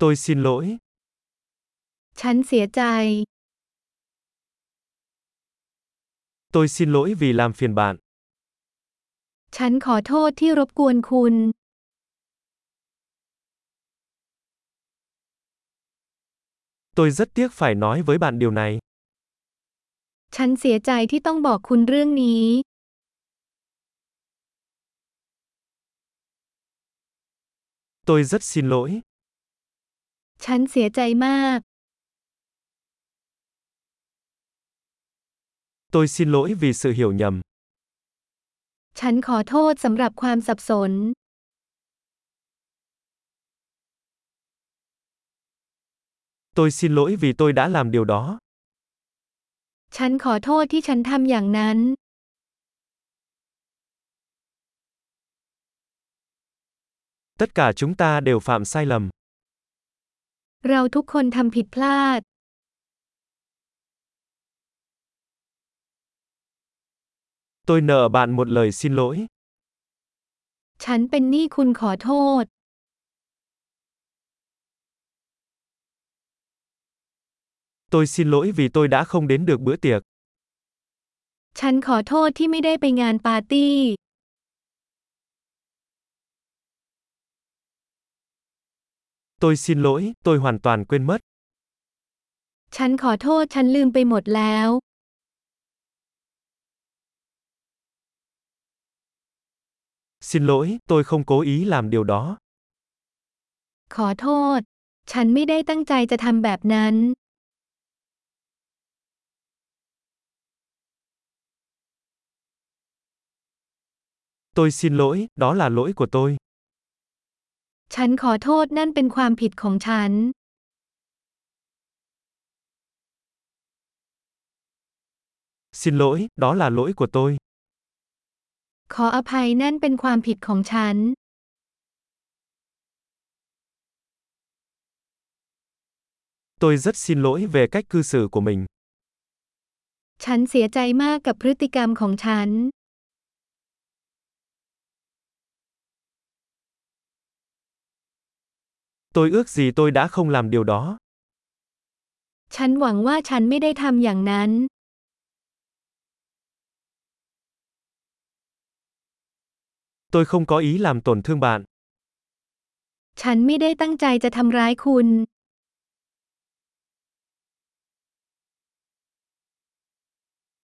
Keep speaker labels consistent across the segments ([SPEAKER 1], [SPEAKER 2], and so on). [SPEAKER 1] Tôi xin lỗi.
[SPEAKER 2] ฉันเสียใจ
[SPEAKER 1] Tôi xin lỗi vì làm phiền bạn.
[SPEAKER 2] ฉันขอโทษที่รบกวนคุณ
[SPEAKER 1] Tôi rất tiếc phải nói với bạn điều này.
[SPEAKER 2] ฉันเสียใจที่ต้องบอกคุณเรื่องนี้
[SPEAKER 1] Tôi rất xin lỗi.
[SPEAKER 2] ฉันเสียใจมาก
[SPEAKER 1] Tôi xin lỗi vì sự hiểu nhầm.
[SPEAKER 2] ฉันขอโทษสำหรับความสับสน
[SPEAKER 1] Tôi xin lỗi vì tôi đã làm điều đó.
[SPEAKER 2] ฉันขอโทษที่ฉันทำอย่างนั้น
[SPEAKER 1] Tất cả chúng ta đều phạm sai lầm.
[SPEAKER 2] เราทุกคนทำผิดพลาด
[SPEAKER 1] Tôi nợ bạn một lời xin lỗi.
[SPEAKER 2] ฉันเป็นหนี้คุณขอโทษ
[SPEAKER 1] Tôi xin lỗi vì tôi đã không đến được bữa tiệc.
[SPEAKER 2] ฉันขอโทษที่ไม่ได้ไปงานปาร์ตี้
[SPEAKER 1] Tôi xin lỗi, tôi hoàn toàn quên mất.
[SPEAKER 2] ฉันขอโทษฉันลืมไปหมดแล้ว
[SPEAKER 1] Xin lỗi, tôi không cố ý làm điều đó.
[SPEAKER 2] ขอโทษ ฉันไม่ได้ตั้งใจจะทำแบบนั้น
[SPEAKER 1] Tôi xin lỗi, đó là lỗi của tôi.
[SPEAKER 2] ฉันขอโทษนั่นเป็นความผิดของฉัน
[SPEAKER 1] Xin lỗi, đó là lỗi của tôi.
[SPEAKER 2] ขออภัยนั่นเป็นความผิดของฉัน
[SPEAKER 1] Tôi rất xin lỗi về cách cư xử của mình.
[SPEAKER 2] ฉันเสียใจมากกับพฤติกรรมของฉัน
[SPEAKER 1] Tôi ước gì tôi đã không làm điều đó.
[SPEAKER 2] ฉันหวังว่าฉันไม่ได้ทำอย่างนั้น
[SPEAKER 1] Tôi không có ý làm tổn thương bạn.
[SPEAKER 2] ฉันไม่ได้ตั้งใจจะทำร้ายคุณ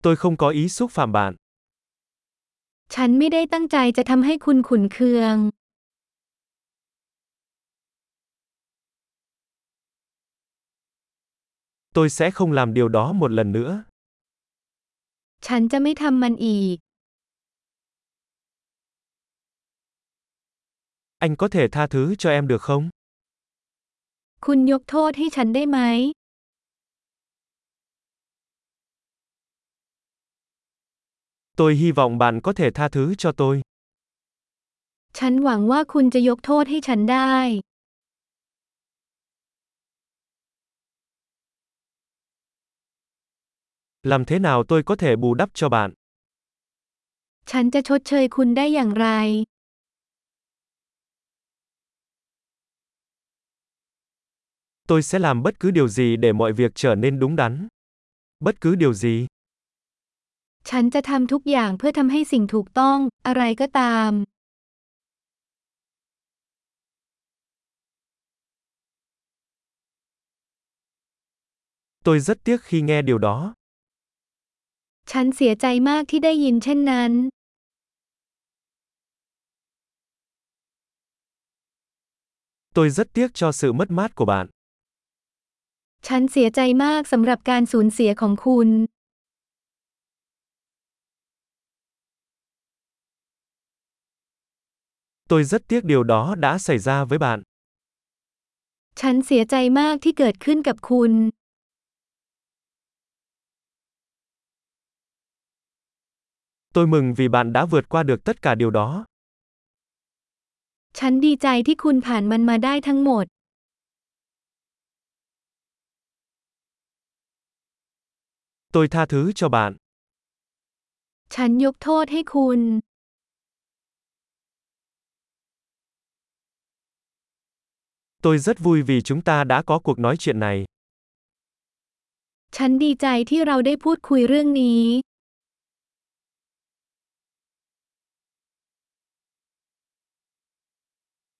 [SPEAKER 1] Tôi không có ý xúc phạm bạn.
[SPEAKER 2] ฉันไม่ได้ตั้งใจจะทำให้คุณขุนเคือง
[SPEAKER 1] Tôi sẽ không làm điều đó một lần nữa.
[SPEAKER 2] ฉันจะไม่ทำมันอีก
[SPEAKER 1] Anh có thể tha thứ cho em được không?
[SPEAKER 2] คุณยกโทษให้ฉันได้ไหม
[SPEAKER 1] Tôi hy vọng bạn có thể tha thứ cho tôi.
[SPEAKER 2] ฉันหวังว่าคุณจะยกโทษให้ฉันได้
[SPEAKER 1] Làm thế nào tôi có thể bù đắp cho bạn?
[SPEAKER 2] ฉันจะชดเชยคุณได้อย่างไร
[SPEAKER 1] Tôi sẽ làm bất cứ điều gì để mọi việc trở nên đúng đắn. Bất cứ điều gì.
[SPEAKER 2] ฉันจะทำทุกอย่างเพื่อทำให้สิ่งถูกต้อง อะไรก็ตาม
[SPEAKER 1] Tôi rất tiếc khi nghe điều đó.
[SPEAKER 2] ฉันเสียใจมากที่ได้ยินเช่นนั้น
[SPEAKER 1] Tôi rất tiếc cho sự mất mát của bạn.
[SPEAKER 2] ฉันเสียใจมากสำหรับการสูญเสียของคุณ
[SPEAKER 1] Tôi rất tiếc điều đó đã xảy ra với bạn.
[SPEAKER 2] ฉันเสียใจมากที่เกิดขึ้นกับคุณ
[SPEAKER 1] Tôi mừng vì bạn đã vượt qua được tất cả điều đó.
[SPEAKER 2] ฉันดีใจที่คุณผ่านมันมาได้ทั้งหมด
[SPEAKER 1] Tôi tha thứ cho bạn.
[SPEAKER 2] ฉันยกโทษให้คุณ
[SPEAKER 1] Tôi rất vui vì chúng ta đã có cuộc nói chuyện này.
[SPEAKER 2] ฉันดีใจที่เราได้พูดคุยเรื่องนี้